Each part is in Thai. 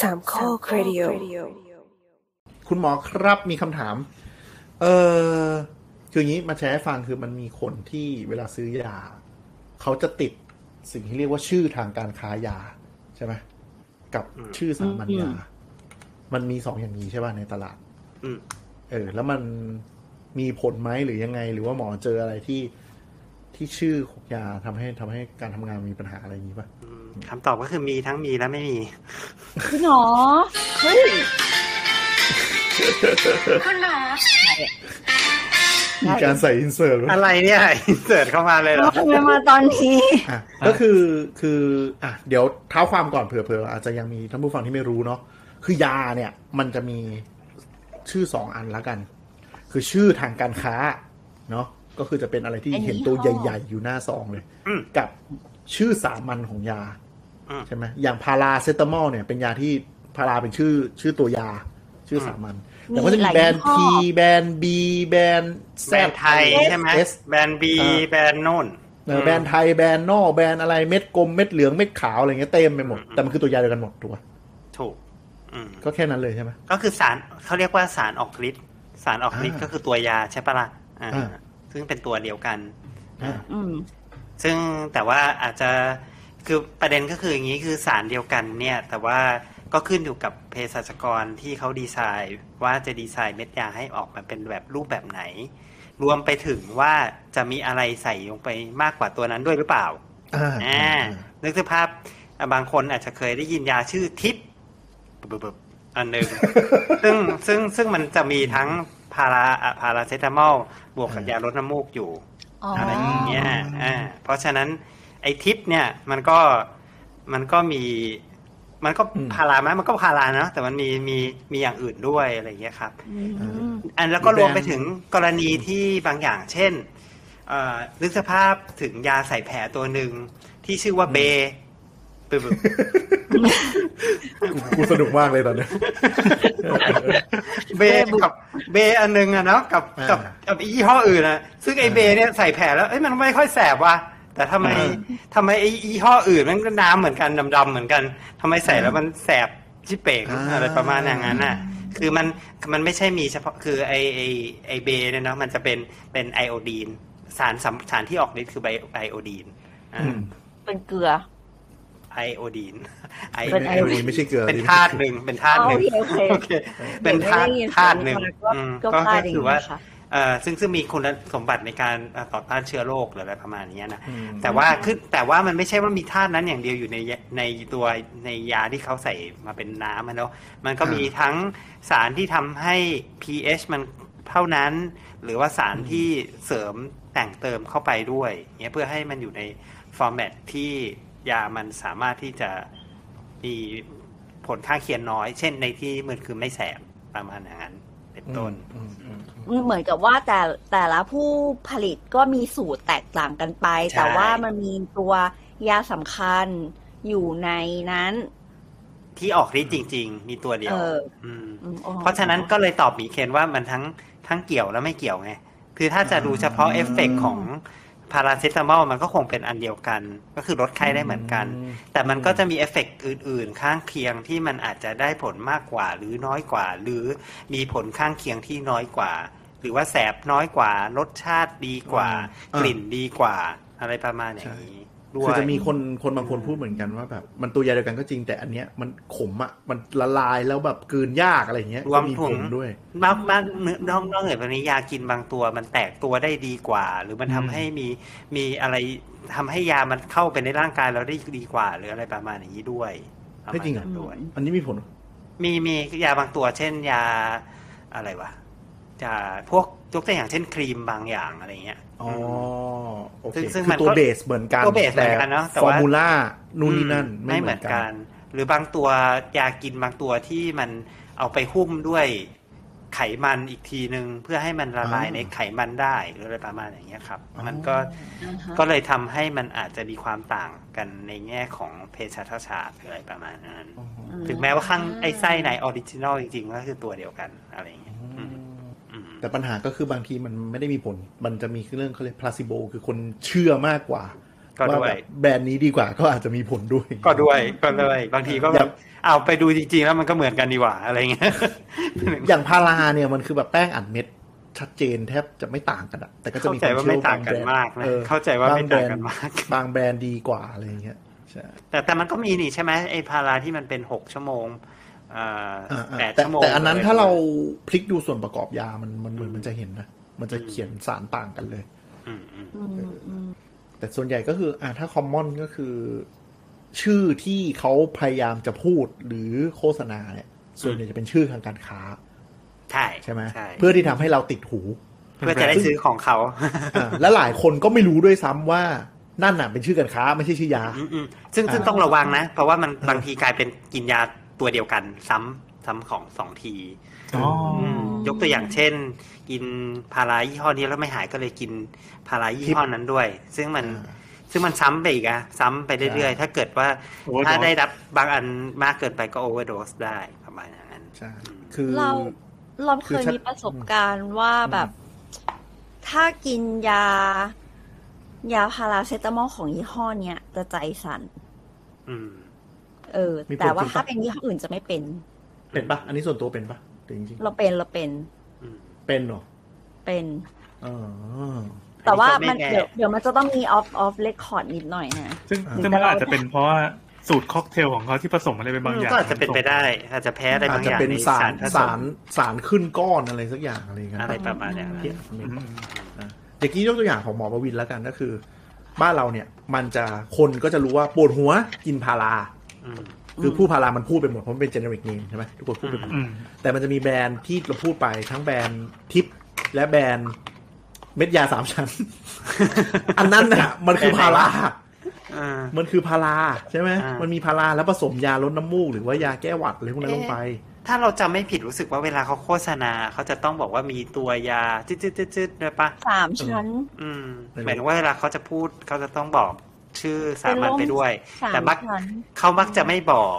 สามข้อครดิโอ คุณหมอครับมีคำถาม เออคืออย่างนี้มาแชร์ให้ฟังคือมันมีคนที่เวลาซื้อยา เขาจะติดสิ่งที่เรียกว่าชื่อทางการค้ายา ใช่ไหมกับ อืม ชื่อสามัญ อืม ยา มันมีสองอย่างนี้ใช่ป่ะในตลาด อืม เออ แล้วมันมีผลไหมหรือยังไง หรือว่าหมอเจออะไรที่ที่ชื่อของยาทำให้ทำให้การทำงานมีปัญหาอะไรอย่างนี้ป่ะ อืมคำตอบก็คือมีทั้งมีและไม่มี คุณหมอเฮ้ย มีการใส่อินเสิร์ต อะไรเนี่ยอินเสิร์ตเข้ามาเลยเหรอ ทำไมมาตอนนี้ อ่ะก็คือคืออ่ะเดี๋ยวเท้าความก่อนเผื่อๆอาจจะยังมีท่านผู้ฟังที่ไม่รู้เนาะคือยาเนี่ยมันจะมีชื่อสองอันละกัน คือชื่อทางการค้าเนาะก็คือจะเป็นอะไรที่ อันนี้ เห็นตัวใหญ่ ๆ อยู่หน้าซองเลย อืม กับชื่อสามัญของยา อืม ใช่ไหมอย่างพาราเซตามอลเนี่ยเป็นยาที่พาราเป็นชื่อชื่อตัวยา ชื่อสามัญแต่ก็จะมีแบรนด์ P แบรนด์ B แบรนด์ Z แบรนด์ไทยใช่ไหม S แบรนด์บี อ่า แบรนด์นู่น เออแบรนด์ไทยแบรนด์นอกแบรนด์อะไรเม็ดกลมเม็ดเหลืองเม็ดขาวอะไรเงี้ยเต็มไปหมด อืม แต่มันคือตัวยาเดียวกันหมดถูกปะ ถูก อืม ก็แค่นั้นเลยใช่ไหม ก็คือสารเขาเรียกว่าสารออกฤทธิ์สารออกฤทธิ์ อ่า ก็คือตัวยาใช่ปะล่ะอ่า อ่า ซึ่งเป็นตัวเดียวกัน อ่า อืม ซึ่งแต่ว่าอาจจะคือประเด็นก็คืออย่างนี้คือสารเดียวกันเนี่ย แต่ว่าก็ขึ้นอยู่กับเภสัชกรที่เขาดีไซน์ว่าจะดีไซน์เม็ดยาให้ออกมาเป็นแบบรูปแบบไหน รวมไปถึงว่าจะมีอะไรใส่ลงไปมากกว่าตัวนั้นด้วยหรือเปล่า อ่า อ่านึกสภาพอ่ะบางคนอาจจะเคยได้ยินยาชื่อทิปปึ๊บปึ๊บปึ๊บอันหนึ่ง ซึ่งซึ่งซึ่งมันจะมีทั้งพาราอ่ะพาราเซตามอลบวกกับยาลดน้ำมูกอยู่ อ๋อ อะไร อ อย่างเงี้ยอ่าเพราะฉะนั้นไอ้ทิปเนี่ยมันก็มันก็มีมันก็พาราไหมมันก็พารานะแต่มันมีมีมีอย่างอื่นด้วยอะไรอย่างเงี้ยครับ อืม อันแล้วก็รวมไปถึงกรณีที่บางอย่างเช่นเอ่อนึกสภาพถึงยาใส่แผลตัวหนึ่งที่ชื่อว่าเบปึ๊บปึ๊บ กูกูสนุกมากเลยตอนเนี้ย เบกับเบอันหนึงอะเนาะกับ อ่ากั กับกับอียี่ห้ออื่นอะซึ่งไอ อ่า เบเนี่ยใส่แผลแล้วเอ้ยมันไม่ค่อยแสบว่ะแต่ทำไม อ่า ทำไมไออียี่ห้ออื่นมันก็น้ำเหมือนกันดำๆเหมือนกันทำไมใส่แล้วมันแสบชิบเป่งอะไรประมาณอย่างนั้นน่ะ คือมันมันไม่ใช่มีเฉพาะคือไอไอไอเบเนี่ยเนาะมันจะเป็นเป็นไอโอดีน สารสำสารที่ออกฤทธิ์คือไบไอโอดีนอ่า อืม เป็นเกลือ ไอโอดีน ไอ เป็น ไม่ ไอ ไอ้นี่ไม่ใช่เกลือ เป็นธาตุหนึ่งเป็นธาตุหนึ่ง อ๋อโอเคโอเค เป็นธาตุ ดี๋ยวไม่ได้ยิ ธาตุหนึ่ง เสียมา อืม ก็ ก็ พลาด ก็ เอง คือว่า นะคะ เอ่อซึ่งซึ่งมีคุณสมบัติในการเอ่อต่อต้านเชื้อโรคหรืออะไรประมาณเนี้ยนะ อืม แต่ว่าคือแต่ว่ามันไม่ใช่ว่ามีธาตุนั้นอย่างเดียวอยู่ในยาในตัวในยาที่เขาใส่มาเป็นน้ำอะเนาะมันก็มีทั้งสารที่ทำให้ pH มันเท่านั้น หรือว่าสารที่เสริมแต่งเติมเข้าไปด้วยเงี้ยเพื่อให้มันอยู่ในฟอร์แมตที่ยามันสามารถที่จะมีผลข้างเคียงน้อย เช่นในที่มันคือไม่แสบประมาณอย่างนั้น เป็นต้น อืมอืมอืม เหมือนกับว่าแต่แต่ละผู้ผลิตก็มีสูตรแตกต่างกันไป ใช่ แต่ว่ามันมีตัวยาสำคัญอยู่ในนั้น ที่ออกฤทธิ์จริง ๆ มีตัวเดียว เออ ม อืมอ๋อ เพราะฉะนั้นก็เลยตอบหมีเคนว่ามันทั้งทั้งเกี่ยวและไม่เกี่ยวไง คือถ้าจะดูเฉพาะเอฟเฟกของพาราเซตามอลมันก็คงเป็นอันเดียวกัน ก็คือลดไข้ได้เหมือนกัน แต่มันก็จะมีเอฟเฟกอื่นๆ ข้างเคียงที่มันอาจจะได้ผลมากกว่า หรือน้อยกว่า หรือมีผลข้างเคียงที่น้อยกว่า หรือว่าแสบน้อยกว่า รสชาติดีกว่า กลิ่นดีกว่า อะไรประมาณอย่างนี้ด้ว คือย จะมีคนคนบางคนพูดเหมือนกันว่าแบบมันตัวยาเดียวกันก็จริงแต่อันเนี้ยมันขมอ่ะมันละลายแล้วแบบกลืนยากอะไรอย่างเงี้ย รวม ก็มีผถึง ลด้วย มากมากเนื้อนอกนอกเหนือจากนี้ยากินบางตัวมันแตกตัวได้ดีกว่า หรือมันทำ อืม ให้มีมีอะไรทำให้ยามันเข้าไปในร่างกายเราได้ดีกว่า หรืออะไรประมาณอย่างนี้ด้วยปะ ไม่ มาณ จริงเหรอ ด้วย อันนี้มีผล มีมียาบางตัว เช่นยาอะไรวะยาพวกยกตัวอย่างเช่นครีมบางอย่างอะไรเงี้ย อ๋อ ม โอเค ซึ่งซึ่ คื ง อ มันก็ ตัวเบสเหมือนกัน ตัวเบสเหมือนกันเนอะแต่ ฟอ ว่า ร์มูล่านู่นนี่นั่น อื ไม่เหมือนกัน หรือบางตัวยากินบางตัวที่มันเอาไปหุ้มด้วยไขมันอีกทีนึง เพื่อให้มันละลาย อ่า ในไขมันได้หรืออะไรประมาณอย่างเงี้ยครับ อ๋อ มันก็ อ่าฮะ ก็เลยทำให้มันอาจจะมีความต่างกันในแง่ของเพศชาตศาสตร์หรืออะไรประมาณนั้น อ๋อ ถึงแม้ว่าข้างไอ้ไส้ในออริจินอลจริงๆก็คือตัวเดียวกันอะไรอย่างเงี้ยอืมอืม แต่ปัญหาก็คือบางทีมันไม่ได้มีผล มันจะมีเรื่องเขาเรียก placebo คือคนเชื่อมากกว่า ก็ด้วย ว่าแบบแบรนด์นี้ดีกว่าก็อาจจะมีผลด้วย ก็ด้วยก็ด้วยบางทีก็ อ แบ ย่า บ เอาไปดูจริงๆ แล้วมันก็เหมือนกันดีกว่าอะไรเงี้ย อย่างพาราเนี่ยมันคือแบบแป้งอัดเม็ด ชัดเจนแทบจะไม่ต่างกันอะแต่ก็จะ เข้า มี ใจว่าไม่ต่างกันมากนะ ออ เข้าใจว่าไม่ต่างกัน บ มาก บางแบรนด์ดีกว่าอะไรอย่างเงี้ยใช่ แต่แต่มันก็มีนี่ใช่ไหมไอ้พาราที่มันเป็นหกชั่วโมงเอ่อ อ่าอ่า แปด แต่ ชั่วโมง แต่อันนั้นถ้าเรา ลย พลิกดูส่วนประกอบยามันมันเหมือน อืม มันจะเห็นนะ มันจะเขียนสารต่างกันเลย อืมอืม อืมอืม แต่ส่วนใหญ่ก็คืออ่าถ้าคอมมอนก็คือ ชื่อที่เขาพยายามจะพูดหรือโฆษณาเนี่ย ส่วนใหญ่จะเป็นชื่อทางการค้า ใช่ ใช่ไหม ใช่ เพื่อที่ทำให้เราติดหู เพื่อจะได้ซื้อของเขา อ่า และหลายคนก็ไม่รู้ด้วยซ้ำว่านั่นน่ะเป็นชื่อการค้าไม่ใช่ชื่อยา อืมอืมซึ่งซึ่งต้องระวังนะ เพราะว่ามันบางทีกลายเป็นกินยาตัวเดียวกันซ้ำซ้ำของสองที อ๋อ มยกตัวอย่างเช่น กินพารายี่ห้อนี้แล้วไม่หายก็เลยกินพารายี่ห้อนั้นด้วย ซึ่งมัน อ่า ซึ่งมันซ้ำไปอีกอะซ้ำไปเรื่อย ใช่ ๆ ถ้าเกิดว่า Overdose ถ้าได้รับบางอันมากเกินไปก็โอเวอร์โดสได้ประมาณอย่างนั้น ใช่คือ เราเราเคยมีประสบการณ์ว่าแบบ ถ้ากินยา ยาพาราเซตามอลของยี่ห้อเนี้ยจะใจสั่น อืม เออ มีผล แต่ว่า จริงปะ ถ้าเป็นยี่ห้ออื่นจะไม่เป็น เป็นปะอันนี้ส่วนตัวเป็นปะจริงจริง เราเป็นเราเป็น อืม เป็นเหรอ เป็น อ๋อ แต่ว่า อันนี้ก็ไม่ มัน แน่ เดี๋ยวเดี๋ยวมันจะต้องมีออฟออฟเรคคอร์ดนิดหน่อยนะ ซึ่ง อ่า ซึ่งมันก็อาจจะเป็นเพราะว่าสูตรค็อกเทลของเขาที่ผสมอะไรไปบางอย่าง ก็อาจจะเป็นไปได้ อาจจะแพ้อะไร อาจ บางอ จะ ย่าง เป็น ใน สา สาร ร ผส สาม รสารขึ้นก้อนอะไรสักอย่างอะไรอย่างเงี้ย อะไรประมาณอย่างนั้น เทียบ อืม อ่ะเด็กกี้ยกตัวอย่างของหมอประวินแล้วกันก็คือ บ้านเราเนี่ย มันจะคนก็จะรู้ว่าปวดหัวกินพารา อืม คือผู้พารามันพูดไปหมดเพราะมันเป็นเจเนริกเนมใช่ไหมทุกคนพูดไปหมด อืม แต่มันจะมีแบรนด์ที่เราพูดไปทั้งแบรนด์ทิป และแบรนด์เม็ดยาสามชั้น อันนั้นน่ะ มันคือพารา อ่า มันคือพาราใช่ไหม อ่ามั มันมีพาราแล้วผสมยาลดน้ำมูกหรือว่ายาแก้หวัดอะไรพวกนั้นลงไป ถ้าเราจำไม่ผิดรู้สึกว่าเวลาเขาโฆษณาเขาจะต้องบอกว่ามีตัวยาจืดๆจืดๆด้วยปะ สามชั้น อืม ไม่รู้ หมายถึงว่าเวลาเขาจะพูดเขาจะต้องบอกชื่อสามัญ เป็ ไป นโรค ด้วย สาม แต่มัก ชั้น เขามักจะไม่บอก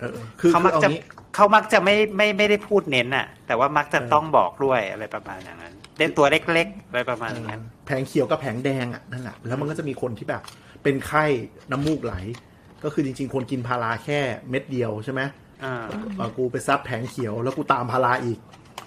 เออคือ เขา คื มั อเอา จะ งี้ เขามักจะไม่ไม่ไม่ได้พูดเน้นอ่ะ แต่ว่ามักจะ เออ ต้องบอกด้วยอะไรประมาณอย่างนั้นเล่นตัวเล็กๆอะไรประมาณอย่างนั้น แผงเขียวกับแผงแดงอ่ะนั่นแหละแล้วมันก็จะมีคนที่แบบ เป็นไข้น้ำมูกไหล ก็คือจริงๆ คนกินพาราแค่เม็ดเดียวใช่ไหม อ่า เออกูไปซัดแผงเขียวแล้วกูตามพาราอีก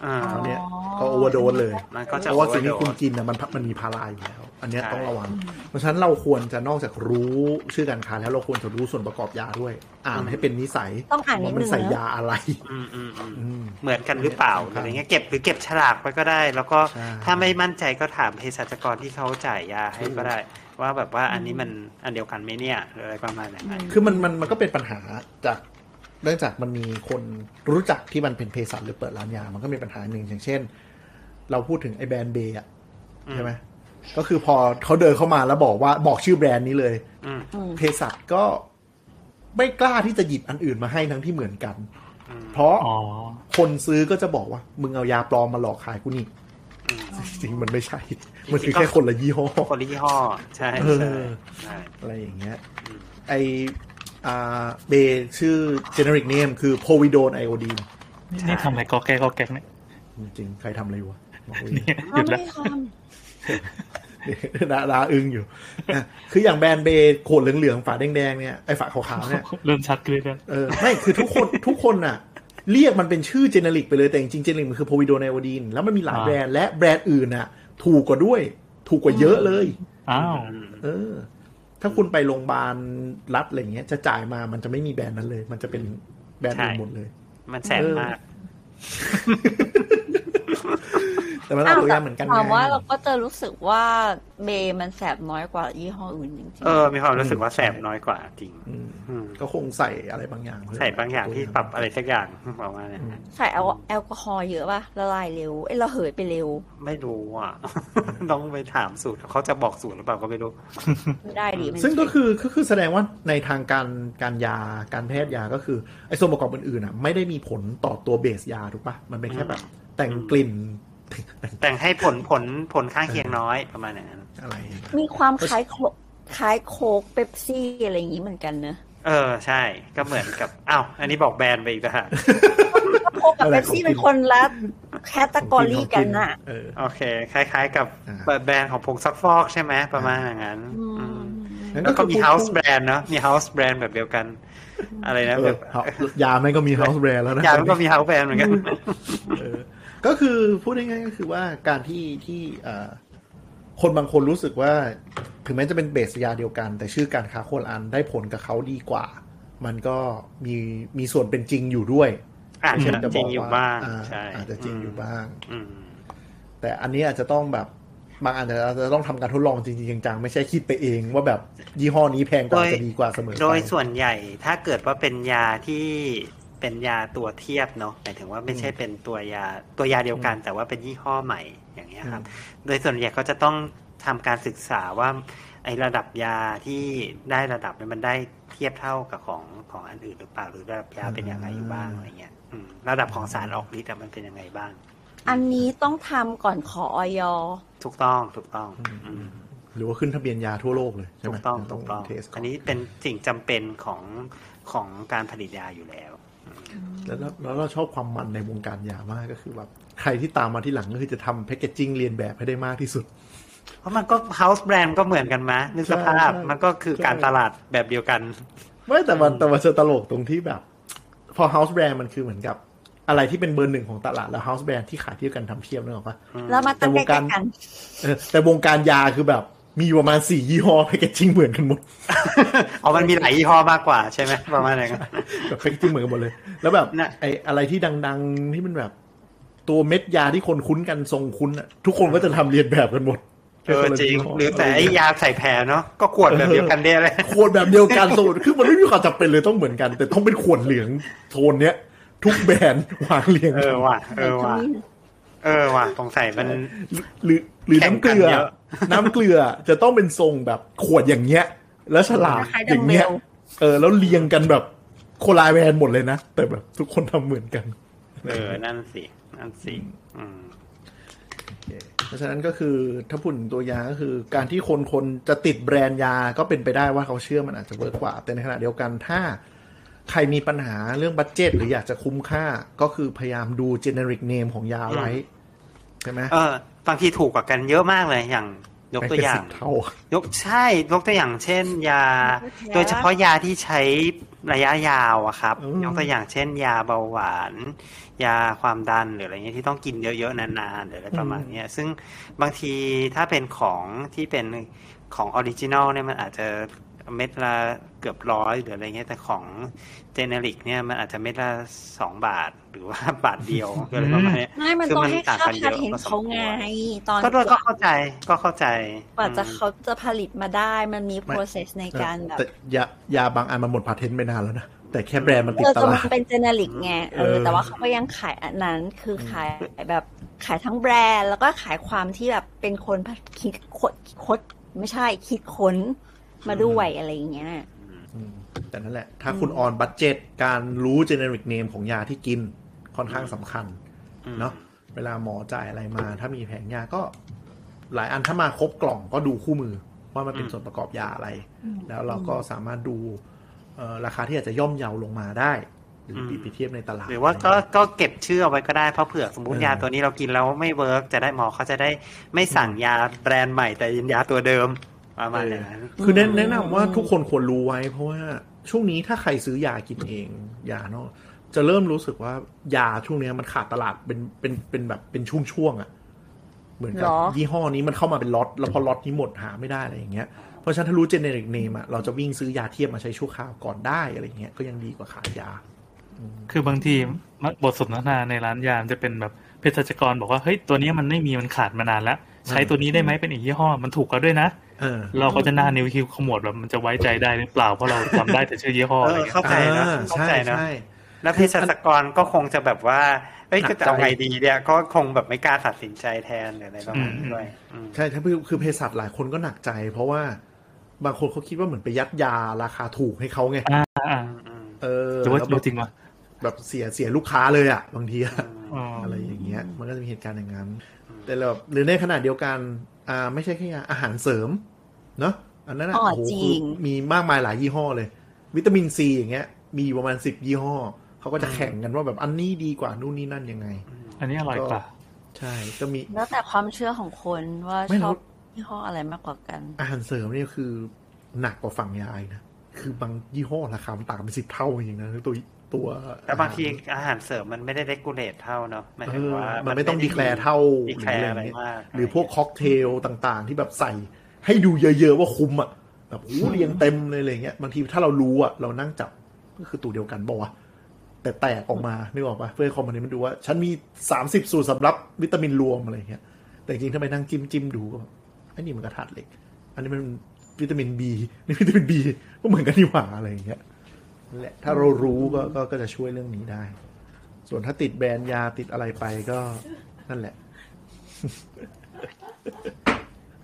อ่า อ๋อ เนี้ยก็โอเวอร์โดสเลย มันก็จะ เพราะว่าสิ่งที่คุณ overdose กินน่ะมันมันมีพาราอยู่แล้ว อันเนี้ย ใช่ ต้องระวัง เพราะฉะนั้นเราควรจะนอกจากรู้ชื่อการค้าแล้วเราควรจะรู้ส่วนประกอบยาด้วย อ่านให้เป็นนิสัย ต้องอ่านนิด ว่ามั นึง ใส่ นะ ยาอะไร อืมอืมอืม อืม เหมือนกันหรือเปล่าอะไรเงี้ยเก็บหรือเก็บฉลากไว้ก็ได้ แล้วก็ ใช่ ถ้าไม่มั่นใจก็ถามเภสัชกรที่เขาจ่ายยาให้ก็ได้ ว่าแบบว่าอันนี้มันอันเดียวกันไหมเนี่ยหรืออะไรประมาณอย่างนั้น คือมันมันมันก็เป็นปัญหาจากเนื่องจากมันมีคนรู้จักที่มันเป็นเภสัชหรือเปิดร้านยา มันก็มีปัญหาหนึ่งอย่างเช่น เราพูดถึงไอแบรนด์เบย์อะใช่ไหมก็คือพอเขาเดินเข้ามาแล้วบอกว่าบอกชื่อแบรนด์นี้เลย อืม อืม เภสัชก็ไม่กล้าที่จะหยิบอันอื่นมาให้ทั้งที่เหมือนกัน อืม เพราะ อ๋อ คนซื้อก็จะบอกว่า มึงเอายาปลอมมาหลอกขายกูนี่ อืม จริงๆมันไม่ใช่ มัน จริ คือง ๆก็ แค่คนละยี่ห้อ คนละยี่ห้อใช่ เอ ใช่ อ ใช่ อะไรอย่างเงี้ย อืม ไออ่าเบย์ชื่อ generic name คือ povidone iodine นี่ทำอะไรก็แก้ก็แก๊กเนี่ย จริงๆใครทำอะไรวะบอกเลย เนี่ยห เรา ยุด ไม่ ละ ท นะลาอึ้งอยู่ อ่ะคืออย่างแบรนด์เบย์ขวดเหลืองๆ ฝาแดงๆ เนี่ย ไอฝาขาวๆ เนี่ย เริ่มชัดขึ้นเรื่อย เออ ไม่ คือทุกคน ทุกคนน่ะ เรียกมันเป็นชื่อเจเนริกไปเลย แต่จริงๆ เจเนริกมันคือโพวิโดไนโอดีน แล้วมันมีหลายแบรนด์ และแบรนด์อื่นน่ะ ถูกกว่าด้วย ถูกกว่าเยอะเลย ๆอ้าว อืม เออ ถ้าคุณไปโรงพยาบาลรัฐอะไรเงี้ย จะจ่ายมา มันจะไม่มีแบรนด์นั้นเลย มันจะเป็นแบรนด์อื่นหมดเลย มันแสบมาก แต่มัน ำ เอา ว ตัวอย่างเหมือนกันไง ถามว่าเราก็จะรู้สึกว่าเบย์มันแสบน้อยกว่ายี่ห้ออื่นจริง เออ มีความรู้สึกว่าแสบน้อยกว่าจริง อืม อืม ก็คงใส่อะไรบางอย่าง ใส่บางอย่างที่ปรับอะไรสักอย่างประมาณนั้น ๆใส่แอลแอลกอฮอล์เยอะป่ะละลายเร็วเอ้ยระเหยไปเร็ว ไม่รู้อ่ะ ต้องไปถามสูตรเขาจะบอกสูตรหรือเปล่าก็ไม่รู้ ไม่ได้ดิมัน ซึ่งก็คือก็คือแสดงว่าในทางการการยาการแพทย์ยาก็คือไอ้ส่วนประกอบอื่นๆอ่ะไม่ได้มีผลต่อตัวเบสยาถูกปะมันเป็นแค่แบบ แต่งกลิ่น แต่งให้ผลผลผลข้างเคียงน้อยประมาณอย่างนั้น อะไร มีความคล้ายโคคล้ายโคกเปปซี่อะไรอย่างนี้เหมือนกันเนอะ เออใช่ ก็เหมือนกับ อ้าว อันนี้บอกแบรนด์ไปอีกนะ ฮะ โคกกับเปปซี่เป็นคนละแคตตากรีกันน่ะ เออ โอเค คล้าย ๆ กับ อ่า แบรนด์ของผงซักฟอกใช่ไหมประมาณอย่างนั้น อืม อืม นั่น แล้วก็มี คือ house พูด brand เนาะมี house brand แบบเดียวกัน อะไรนะ เอ แบ อบ ยาไม่ก็มี house brand แล้วนะ ยามันก็มี house brand เหมือนกัน เออก็คือพูดง่ายๆก็คือว่าการที่ที่เอ่อคนบางคนรู้สึกว่า ถึงแม้จะเป็นเบสยาเดียวกัน แต่ชื่อการค้าคนละอันได้ผลกับเขาดีกว่า มันก็มีมีส่วนเป็นจริงอยู่ ด้วย อาจ ไม่ใช่ จะ จะ จ บอกริงอยู่ ว่า บ้าง อ่า ใช่ อาจจะจริงอยู่บ้าง อืม แต่อันนี้อาจจะต้องแบบบางอันอาจจะต้องทำการทดลองจริงๆจังๆไม่ใช่คิดไปเอง ว่าแบบยี่ห้อนี้แพงกว่าจะดีกว่าเสมอไป โดยส่วนใหญ่ถ้าเกิดว่าเป็นยาที่เป็นยาตัวเทียบเนาะหมายถึงว่าไม่ใช่เป็นตัวยาตัวยาเดียวกัน แต่ว่าเป็นยี่ห้อใหม่อย่างเงี้ยครับ โดยส่วนใหญ่ก็จะต้องทำการศึกษาว่าไอระดับยาที่ได้ระดับเนี่ยมันได้เทียบเท่ากับของของอันอื่นหรือเปล่าหรือระดับยาเป็นยังไงอยู่บ้างอะไรเงี้ยอืมระดับของสารออกฤทธิ์อะมันเป็นยังไงบ้าง อันนี้ต้องทำก่อนขอออย ถูกต้องถูกต้องอืม หรือว่าขึ้นทะเบียนยาทั่วโลกเลยใช่ ถู ไหม กต้องถูกต้อง เทสก่ อั อน น นี้เป็นสิ่งจำเป็นของของการผลิตยาอยู่แล้ว แล้วเราแล้วเราชอบความมันในวงการยามากก็คือแบบใครที่ตามมาที่หลังก็คือจะทำแพคเกจจิ้งเรียนแบบให้ได้มากที่สุด เพราะมันก็ house brand ก็เหมือนกันมะนึกสภาพ ใช่ มันก็คือ ใช่ การตลาดแบบเดียวกัน ไม่แต่มันแต่มันจะตลกตรงที่แบบ พอ house brand มันคือเหมือนกับ อะไรที่เป็นเบอร์หนึ่งของตลาดแล้ว house brand ที่ขายเทียบกันทำเทียบนึกออกปะ แล้วมาตั้ง แต่ ใก วงกา ล้ ร ๆกัน เออแต่วงการยาคือแบบมีประมาณสี่ยี่ห้อแพคเกจจิ้งเหมือนกันหมด อ๋อมันมีหลายยี่ห้อมากกว่าใช่ไหมประมาณนั้น แบบแพ็กจิ้งเหมือนกันหมดเลย แล้วแบบ น่ะ ไออะไรที่ดังๆที่มันแบบ ตัวเม็ดยาที่คนคุ้นกันทรงคุ้นอะทุกคนก็จะทำเรียนแบบกันหมด เออจริง แค่คนละยี่ห้ หรือแต่ไอยาใส่แผลเนาะก็ขวดแบบเดียวกันเด้เลย ขวดแบบเดียวกันสูตรคือมันไม่มีความจำเป็นเลยต้องเหมือนกัน แต่ต้องเป็นขวดเหลืองโทนเนี้ย ทุกแบรนด์วางเรียง เอ กัน อว่ะเออว่ะเออว่ะสงสัยมัน หรือหรือ แข่ง น้ำ กั เก น ลือ เยอะ น้ำเกลือจะต้องเป็นทรงแบบขวดอย่างเงี้ย แล้วฉลาก คล้ายๆ อย่างเงี้ย dumbbell เออ แล้วเรียงกันแบบโคลาแบรนด์หมดเลยนะแต่แบบ ทุกคนทำเหมือนกัน เออนั่นสินั่นสิอืม เพราะฉะนั้นก็คือถ้าพูดถึงตัวยาก็คือการที่คนคนๆจะติดแบรนด์ยาก็เป็นไปได้ว่าเขาเชื่อมันอาจจะเวิร์กกว่า แต่ในขณะเดียวกันถ้า ใครมีปัญหาเรื่องบัตเจตหรืออยากจะคุ้มค่าก็คือพยายามดูเจเนริกเนมของยาไว้ ใช่ไหม เออบางทีถูกกว่ากันเยอะมากเลยอย่างยกตัวอย่าง เป็นสิบเท่าย กใช่ยกตัวอย่างเช่นยายาโดยเฉพาะยาที่ใช้ระยะยาวอะครับ อืม ยกตัวอย่างเช่น ยาเบาหวาน ยาความดันหรืออะไรเงี้ยที่ต้องกินเยอะๆนานๆหรืออะไรประมาณเนี้ยซึ่งบางทีถ้าเป็นของที่เป็นของออริจินอลเนี่ยมันอาจจะเม็ดละเกือบร้อยหรืออะไรเงี้ยแต่ของเจเนริกเนี่ยมันอาจจะเม็ดละสองบาทหรือว่า บาทเดียว อะไรประมาณเนี้ย ไม่มัน คือ ต้อง มัน ให้ ต่าง ค่า กันพาเยอะ เทน พอ ต์ สมควร เขาไงตอน ก็ด้วยก็เข้าใจก็เข้าใจ กว่าจะ อืม เขาจะผลิตมาได้ มันมี process ในการแบบ แต่ยายาบางอันมันหมดพาเทนต์ไปนานแล้วนะ แต่แค่แบรนด์มันติด เออ ต จนมั ลาน ด เป็นเจเนริกไงเอ เอ อ อ แต่ว่าเขาก็ยังขายอันนั้นคือขายแบบขายทั้งแบรนด์ แล้วก็ขายความที่แบบเป็นคนคิดคดคดไม่ใช่คิดค้นมาด้วยอะไรอย่างเงี้ย อืมแต่นั่นแหละ ถ้าคุณออนบัตเจตการรู้เจเนริกเนมของยาที่กินค่อนข้างสำคัญ อืม เนาะเวลาหมอจ่ายอะไรมา ถ้ามีแผงยาก็ หลายอันถ้ามาครบกล่องก็ดูคู่มือ ว่ามันเป็นส่วนประกอบยาอะไร แล้วเราก็สามารถดูเอ่อราคาที่อาจจะย่อมเยาลงมาได้ หรืออ ม ไปเทียบในตลาด หรือว่าก็ก็เก็บชื่อเอาไว้ก็ได้เพราะเผื่อสมมติ เออ ยาตัวนี้เรากินแล้วไม่เวิร์กจะได้หมอเขาจะได้ไม่สั่งยาแบรนด์ใหม่แต่ยาตัวเดิมประมาณอย่างนั้น คือแนะแนะนำว่าทุกคนควรรู้ไว้ เพราะว่าช่วงนี้ถ้าใครซื้อยากินเองยาเนาะจะเริ่มรู้สึกว่ายาช่วงเนี้ยมันขาดตลาดเป็นเป็นเป็นแบบเป็นช่วงๆอะ่ะ เหมือนกับ หรอ ยี่ห้อนี้มันเข้ามาเป็นล็อตแล้วพอล็อตนี้หมดหาไม่ได้อะไรอย่างเงี้ยเพราะฉะนั้นถ้ารู้เจเนริกเนมอ่ะเราจะวิ่งซื้อยาเทียบมาใช้ชั่วคราวก่อนได้อะไรอย่างเงี้ยก็ยังดีกว่าขาดยา คือบางทีบทสนทนาในร้านยามนจะเป็นแบบเภสัชกรบอกว่าเฮ้ยตัวเนี้ยมันไม่มีมันขาดมานานแล้ว ใช้ตัวนี้ได้ไหมเป็นอีกยี่ห้อมันถูกกันด้วยนะ เออ เราก็จะหน้านิ้วคิ้วขมวดแบบมันจะไว้ใจได้หรือเปล่าเพราะเราจำได้แต่ชื่อยี่ห้ออะไรเงี้ย เข้าใจนะ อ่า เข้าใจนะ ใช่ แล้วเภสัชกรก็คงจะแบบว่าเอ้ยจะเอาไงดีเนี่ยก็คงแบบไม่กล้าตัดสินใจแทนหรืออะไรประมาณนี้ด้วยอืม ใช่ใช่คือคือเภสัชหลายคนก็หนักใจ เพราะว่าบางคนเขาคิดว่าเหมือนไปยัดยาราคาถูกให้เขาไง อ่าอ่า อืม เออ หรือว่า แล้วแบ รู้ บ จริงวะ แบบเสียเสียลูกค้าเลยอะบางทีอะ อ๋อ อะไรอย่างเงี้ย มันก็จะมีเหตุการณ์อย่างนั้น แต่แบบหรือในขณะเดียวกัน อ่าไม่ใช่แค่ยาอาหารเสริม เนอะอันนั้นอะ อ๋อ โอ้โห จริ คือง มีมากมายหลายยี่ห้อเลย วิตามินซีอย่างเงี้ย มีอยู่ประมาณสิบยี่ห้อ เขาก็จะแข่งกันว่าแบบอันนี้ดีกว่านู่นนี่นั่นยังไง อันนี้อร่อยกว่า ใช่ก็มี แล้วแต่ความเชื่อของคนว่า ไม่ ช รู้ อบยี่ห้ออะไรมากกว่ากัน อาหารเสริมเนี่ยคือ หนักกว่าฝั่งยายนะ คือบางยี่ห้อราคามันต่างกันเป็นสิบเท่าจริงๆนะตัวตัว แต่บางทีอาหารเสริมมันไม่ได้เรกูเลตเท่าเนาะหาย เอ ถึง อ ว่า มันไม่ต้องดีแคลร์เท่า ดี ห แค รือลร์ อะไร อะไร เงี้ย มาก หรือพวกค็อกเทลต่างๆ ที่แบบใส่ให้ดูเยอะๆว่าคุ้มอ่ะแบบโอ้โหเรียงเต็มเลยอะไรเงี้ยบางทีถ้าเรารู้อ่ะเรานั่งจับก็คือตัวเดียวกันบอกว่าวะแต่แตกออกมานึกออกปะเพื่อให้คอมมันต์มันดูว่า ฉันมีสามสิบสูตรสำหรับวิตามินรวมอะไรเงี้ย แต่จริงๆถ้าไปนั่งจิ้มจิ้มๆดูก็แบบไอ้นี่มันกระถาดเหล็ก อันนี้มันวิตามินบีนี่วิตามินบีก็เหมือนกันนี่หว่าอะไรอย่างเงี้ยนั่นแหละถ้าเรารู้ก็ก็ก็จะช่วยเรื่องนี้ได้ ส่วนถ้าติดแบรนด์ยาติดอะไรไปก็นั่นแหละ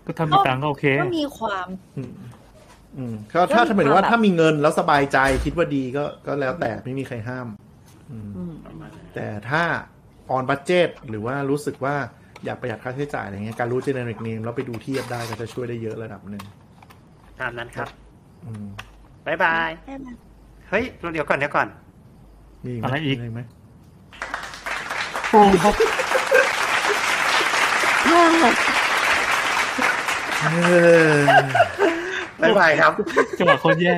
ก็ถ้ามีตังค์ก็โอเค ก็มีความ อืมอืมก็ถ้าถ้าหมายถึงว่า แบบ ถ้ามีเงินแล้วสบายใจคิดว่าดีก็ก็แล้วแต่ไม่มีใครห้าม อืม อืม ประมาณนั้น แต่ถ้าออนบั d เจ t หรือว่ารู้สึกว่าอยากประหยัดค่าใช้จ่ายอะไรเงี้ยการรู้เจเนริกเนมแล้วไปดูเทียบได้ก็จะช่วยได้เยอะระดับหนึ่ง ตามนั้นครับ อืม บายบายเฮ้ยเดี๋ยวก่อนเดี๋ยวก่อน มีอีก อะไรอีก มีไหม ปรุงครับ เออ บ๊ายบายครับ จังหวะโคตรแย่